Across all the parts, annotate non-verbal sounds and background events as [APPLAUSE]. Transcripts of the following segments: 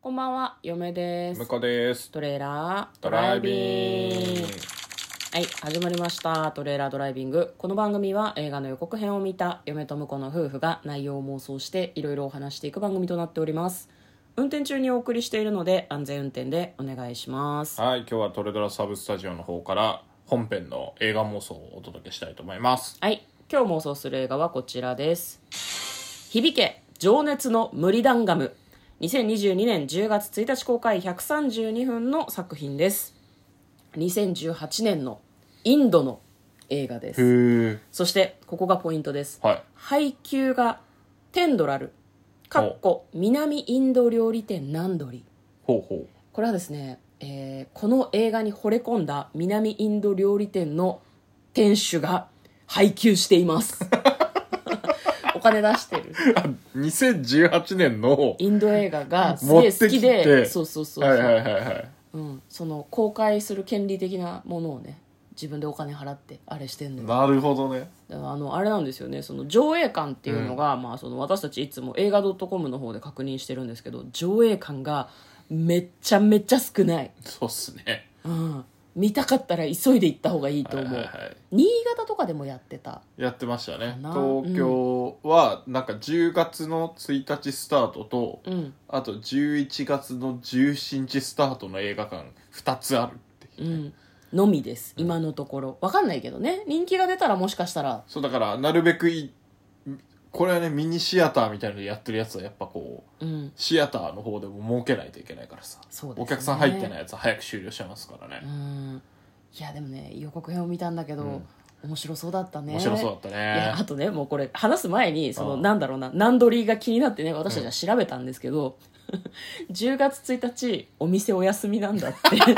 こんばんは、嫁です向。こうですトレーラードドラライイビビングングはい、始まりました。トレーラードライビング。この番組は映画の予告編を見た嫁と婿の夫婦が内容を妄想していろいろお話していく番組となっております。運転中にお送りしているので安全運転でお願いします。はい今日はトレドラサブスタジオの方から本編の映画妄想をお届けしたいと思いますはい、今日妄想する映画はこちらです。響け情熱の無理ダンガム2022年10月1日公開132分の作品です2018年のインドの映画ですえそしてここがポイントです、はい配給が10ドラルかっこ南インド料理店ナンドリほうほこれはですね、えーこの映画に惚れ込んだ南インド料理店の店主が配給しています [LAUGHS] お金出してるう2018年のインド映画がすげえ好き持ってきでてそうそうそうそう、はいはいはいはいうん、その公開する権利的なものをね自分でお金払ってあれしてんのよなるほどねだからあのあれなんですよねその上映館っていうのが、まあ、その私たちいつも映画 .com の方で確認してるんですけど上映館がめっちゃめちゃ少ない、そうっすねうん、見たかったら急いで行った方がいいとはい思う、はいはい新潟とかでもやってたやってましたねかな東京はなんか10月の1日スタートと、うんあと11月の17日スタートの映画館2つあるってういう、んのみです今のところわかんないけどね人気が出たらもしかしたらそうだからなるべくいこれはねミニシアターみたいなのでやってるやつはやっぱこううんシアターの方でも儲けないといけないからさ、そうですねお客さん入ってないやつは早く終了しちゃいますからねう、んいやでもね予告編を見たんだけど、うん面白そうだったね面白そうだったいやあねとねもうこれ話す前にそのうんなんだろうな何取りが気になってね私たちは調べたんですけど、10月1日お店お休みなんだって [LAUGHS] だか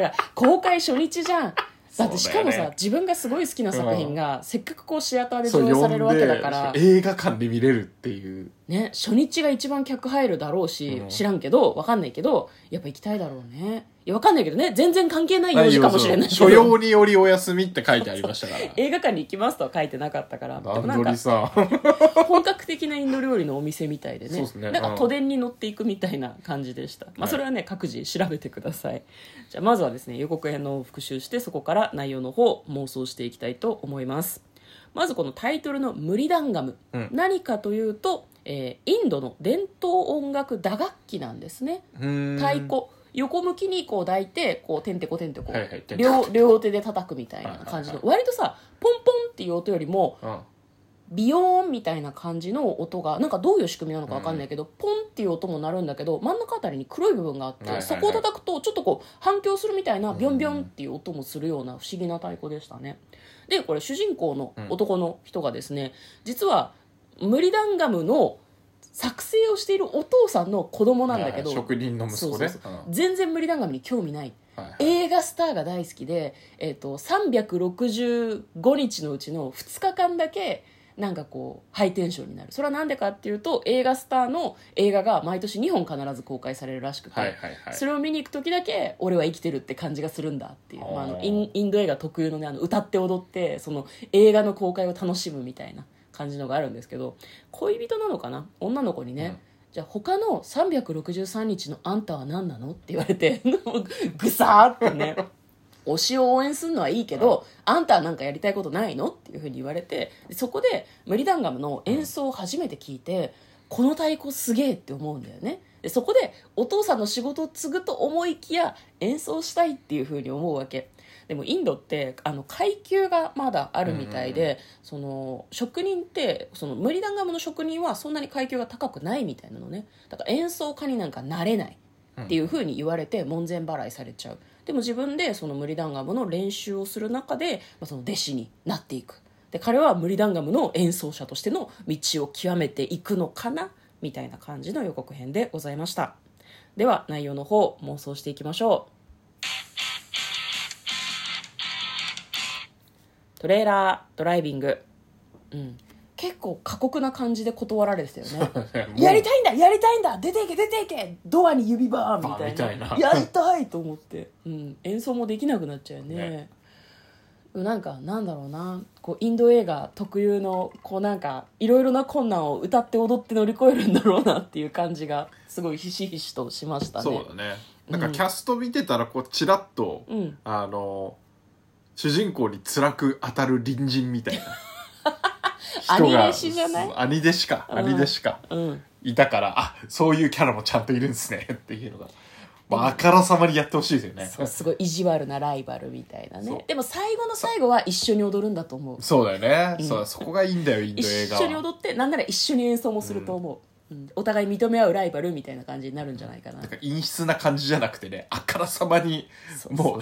ら公開初日じゃんだってしかもそうさ、だよね自分がすごい好きな作品が、せっかくこうシアターで上映されるわけだからそう呼んで、映画館で見れるっていうね、初日が一番客入るだろうし、うん知らんけどわかんないけどやっぱ行きたいだろうねいやわかんないけどね全然関係ない用事かもしれないけ所ど要によりお休みって書いてありましたから [LAUGHS] 映画館に行きますとは書いてなかったからでもなん段取かりさ [LAUGHS] 本格的なインド料理のお店みたいでそうねですねなんうかん都電に乗っていくみたいな感じでした、まはあ、いそれはね各自調べてくださいじゃあまずはですね予告編の復習してそこから内容の方を妄想していきたいと思いますまずこのタイトルの「ムリダンガム」うん何かというと、えーインドの伝統音楽打楽器なんですね太太鼓横向きにこう抱いてこうてんてこてんてこ、はいはいてんてこ両両手で叩くみたいな感じの、はい割とさポンポンっていう音よりもビヨーンみたいな感じの音がなんかどういう仕組みなのかわかんないけど、ポンっていう音も鳴るんだけど真ん中あたりに黒い部分があって、はいはいはいそこを叩くとちょっとこう反響するみたいなビョンビョンっていう音もするような不思議な太鼓でしたね。でこれ主人公の男の人がですね、実はムリダンガムの作成をしているお父さんの子供なんだけど、職人の息子ねそうそうそう全然ムリダンガムに興味ないうんはいはい映画スターが大好きで、えー、と365日のうちの2日間だけなんかこうハイテンションになるそれはなんでかっていうと映画スターの映画が毎年2本必ず公開されるらしくて、はいはいはいそれを見に行く時だけ俺は生きてるって感じがするんだっていう、まあ、ああのーインインド映画特有の,、ね、あの歌って踊ってその映画の公開を楽しむみたいな感じのがあるんですけど恋人なのかな女の子にね、うんじゃあ他の363日のあんたは何なのって言われて [LAUGHS] もうぐさーってね推しを応援するのはいいけど、あんたはなんかやりたいことないのっていうふうに言われてでそこでムリダンガムの演奏を初めて聞いて、この太鼓すげえって思うんだよねでそこでお父さんの仕事を継ぐと思いきや演奏したいっていうふうに思うわけでもインドってあの階級がまだあるみたいで、うんその職人ってそのムリダンガムの職人はそんなに階級が高くないみたいなのねだから演奏家になんかなれないっていうふうに言われて門前払いされちゃうでも自分でそのムリダンガムの練習をする中で、まあ、その弟子になっていくで彼はムリダンガムの演奏者としての道を極めていくのかなみたいな感じの予告編でございましたでは内容の方妄想していきましょうトレーラードライビングうん結構過酷な感じで断られてたよねやりたいんだやりたいんだ出ていけ出ていけドアに指バーンみたいなバーンみたいなやりたいと思って、うん、演奏もできなくなっちゃうよねねでもなんかなんだろうなこうインド映画特有のこうなんかいろいろな困難を歌って踊って乗り越えるんだろうなっていう感じがすごいひしひしとしましたねそうだねなんかキャスト見てたらこうチラッと、うんあの主人公に辛く当たる隣人みたいな人が兄弟子じゃないそう兄弟子かうん兄弟子か、うんいたからあそういうキャラもちゃんといるんですねっていうのが、まあ、あからさまにやってほしいですよねそうすごい意地悪なライバルみたいなそうねでも最後の最後は一緒に踊るんだと思うそうだよね、うんそうそこがいいんだよインド一映画緒には踊ってなんなら一緒に演奏もすると思う、うんお互い認め合うライバルみたいな感じになるんじゃないかななんか陰湿な感じじゃなくてねあからさまにそうもう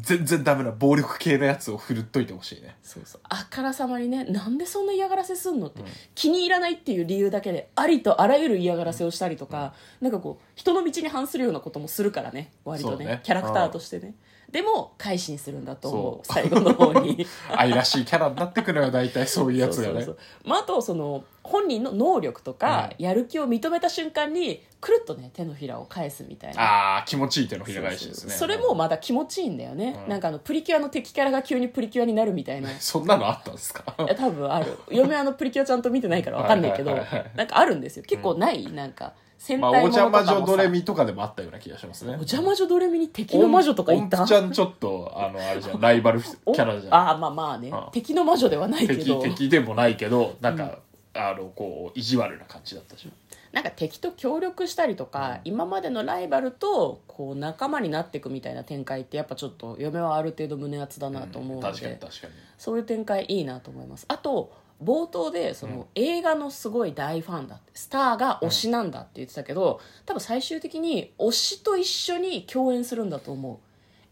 全然ダメな暴力系のやつを振るっといてほしいねそうそうあからさまにねなんでそんな嫌がらせすんのって、うん気に入らないっていう理由だけでありとあらゆる嫌がらせをしたりとか、なんかこう人の道に反するようなこともするからね割とそねうねキャラクターとしてねでも改心するんだと思うそう最後の方に [LAUGHS] 愛らしいキャラになってくるよ大体そういうやつがそねうそうそうまあ、あとその本人の能力とか、やる気を認めた瞬間にくるっとね手のひらを返すみたいなああ気持ちいい手のひら返しですそねうそうそれもまだ気持ちいいんだよね、うんなんかあのプリキュアの敵キャラが急にプリキュアになるみたいないそんなのあったんですかや多分ある嫁あのプリキュアちゃんと見てないからわかんないけどはいはいはいはいなんかあるんですよ結構ない、なんか戦まあ隊もおのとかも邪魔さ、女ドレミとかでもあったような気がしますねお邪魔女ドレミに敵の魔女とかい音た符ちゃんちょっとあのあれじゃん [LAUGHS] ライバルキおャラじゃんああまあまあね、うん敵の魔女ではないけ敵ど敵でもないけどなんか、あのこう意地悪な感じだったじゃんなんか敵と協力したりとか、今までのライバルとこう仲間になっていくみたいな展開ってやっぱちょっと嫁はある程度胸熱だなと思うので、確かに確かにそういう展開いいなと思いますあと冒頭でその、うん映画のすごい大ファンだってスターが推しなんだって言ってたけど、多分最終的に推しと一緒に共演するんだと思う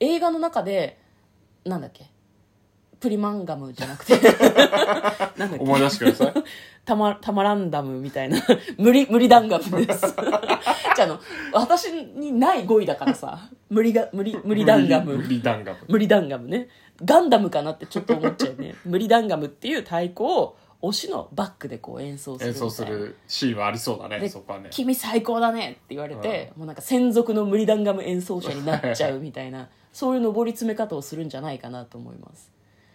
映画の中でなんだっけプリマンガムじゃなく [LAUGHS] てなんだっけ思い出してください [LAUGHS] たまたまランダムみたいな [LAUGHS] 無理無理ダンガムです [LAUGHS] じゃああの私にない語彙だからさ無理が無理無理ダンガム無理ダンガム無理ダンガムねガンダムかなってちょっと思っちゃう [LAUGHS] ね無理ダンガムっていう太鼓を推しのバックでこう演奏する演奏するシーンはありそうだねでそこはね君最高だねって言われて、もうなんか専属の無理ダンガム演奏者になっちゃうみたいなそういう上り詰め方をするんじゃないかなと思います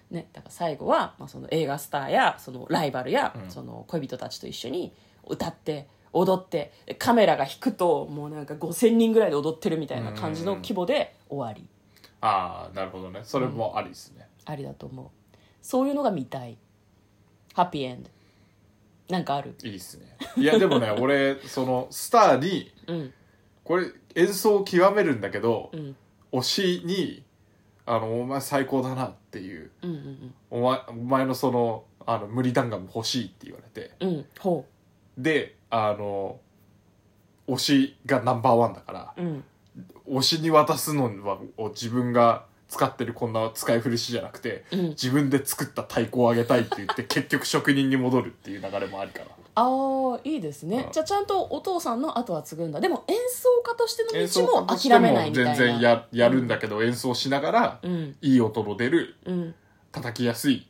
ね、だから最後は、まあ、その映画スターやそのライバルや、んその恋人たちと一緒に歌って踊ってカメラが引くともうなんか5,000人ぐらいで踊ってるみたいな感じの規模で終わり、ああなるほどねそれもありですね、ありだと思うそういうのが見たいハッピーエンドなんかあるいいっすねいやでもね俺そのスターにうんこれ演奏を極めるんだけどう、ん推しにあの「お前最高だな」っていううんうん「お前お前のそのあの無理弾丸も欲しい」って言われてうんうんほであの推しがナンバーワンだからううん推しに渡すのはを自分が使ってるこんな使い古しじゃなくてうん自分で作った太鼓をあげたいって言って [LAUGHS] 結局職人に戻るっていう流れもありからああいいですねうんじゃあちゃんとお父さんの後は継ぐんだでも演奏家として演の奏道家もとし諦てめもないみたいな全然ややるんだけど演奏しながらうんいい音の出るうん叩きやすい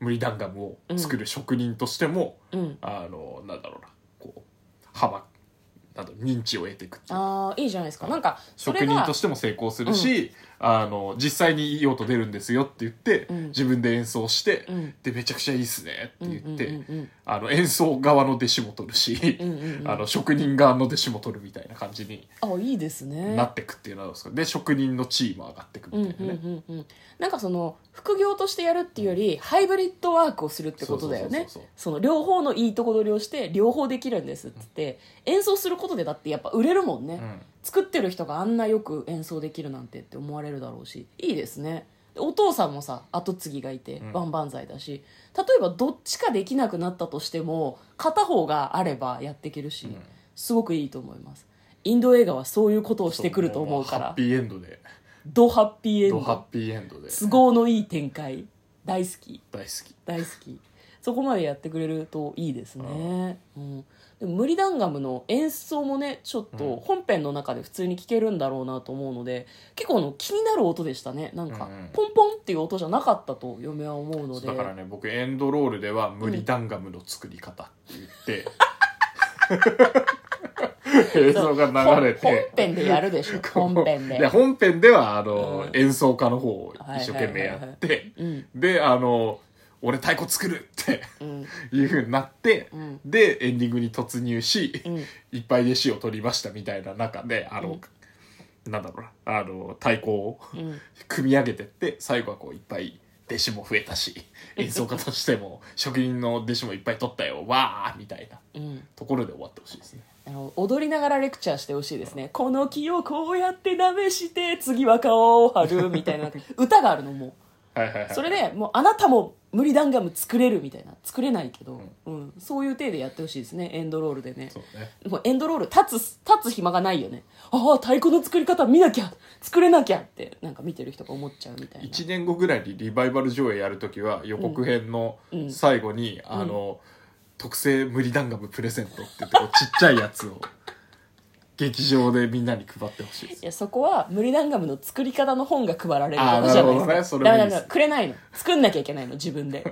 無理弾丸を作る職人としても、うんあのなんだろうなこう幅など認知を得ていくっていうああいいじゃないですかなんかそ職れ人がとしても成功するし、あの実際にいい音出るんですよって言って、うん自分で演奏して、うんでめちゃくちゃいいっすねって言って、うんうんあの演奏側の弟子も取るし、うんうんうんあの職人側の弟子も取るみたいな感じにうんあいいですねなってくっていうのはどうですか、で職人の地位も上がってくうんみうんたいなね、うんうんなんかその副業としてやるっていうよりハイブリッドワークをするってことだよねそうそうそうそうその両方のいいとこ取りをして両方できるんですっつって演奏することでだってやっぱ売れるもんね、うん作ってる人があんなよく演奏できるなんてって思われるだろうしいいですねでお父さんもさ後継ぎがいてん万々歳だし、例えばどっちかできなくなったとしても片方があればやっていけるし、すごくいいと思いますインド映画はそういうことをしてくると思うかハッらピーエンドでドハッピーエンドドハッピーエンドで都合のいい展開大好き大好き大好きそこまでやってくれるといいですね、うん、でも無理ダンガムの演奏もねちょっうと本編の中で普通に聴けるんだろうなと思うので結構あの気になる音でしたねなんかうんうんポンポンっていう音じゃなかったと嫁は思うのでだからね僕エンドロールでは「無理ダンガムの作り方」って言って、 [LAUGHS] 映像が流れ本て編でやるでしょ [LAUGHS] こう本編でで本編ではあの、うん演奏家の方を一生懸命やって、うんであの俺太鼓作るってうんいう風になって、うんでエンディングに突入し、うんいっぱいで死を取りましたみたいな中であの、なんだろうなあの太鼓をうん組み上げてって最後はこういっぱい弟子も増えたし演奏家としても職人の弟子もいっぱい取ったよわーみたいなうんところで終わってほしいですねあの踊りながらレクチャーしてほしいですねこの木をこうやってなめして次は顔を張るみたいな歌があるのもはいはいはういそれでもうあなたも無理ダンガム作れるみたいな作れないけど、うん、そういう体でやってほしいですねエンドロールでねそうねもうエンドロール立つ立つ暇がないよねああ太鼓の作り方見なきゃ作れなきゃってなんか見てる人が思っちゃうみたいな1年後ぐらいにリバイバル上映やるときは予告編のうん最後に、あの、特製無理弾ガムプレゼントって言ってこうちっちゃいやつを劇場でみんなに配ってほしいですいやそこは無理ダンガムの作り方の本が配られるあーことじゃないですかなるほどねそれだもいからいですだからくれないの作んなきゃいけないの自分 [LAUGHS] で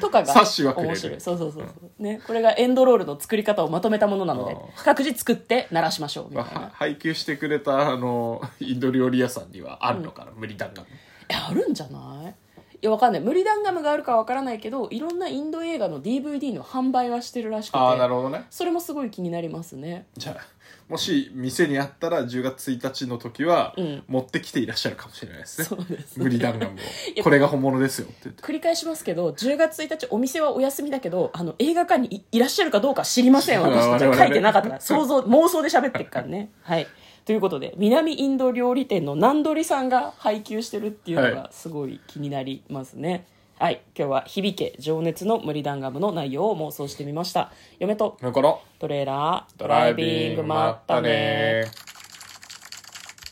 とかが冊子はくれる面白いそうそうそうそう、ね、これがエンドロールの作り方をまとめたものなのであ各自作って鳴らしましょうみまたあいな、は配給してくれたあのインド料理屋さんにはあるのかな、無理弾ガムえあるんじゃないいやわかんない無理ダンガムがあるかわからないけどいろんなインド映画の DVD の販売はしてるらしくてああなるほどねそれもすごい気になりますねじゃあもし店にあったら10月1日の時は、うん持ってきていらっしゃるかもしれないですねそうです無理弾ガムいやをこれが本物ですよって言って繰り返しますけど10月1日お店はお休みだけどあの映画館にいいらっしゃるかどうか知りません私たち我々はね書いてなかったから想像妄想で喋ってるからねはいということで南インド料理店のナンドリさんが配給してるっていうのはがすごい気になりますねはい、今日は「響け情熱の無理弾ガム」の内容を妄想してみました嫁とだからトレーラードドライビングまったね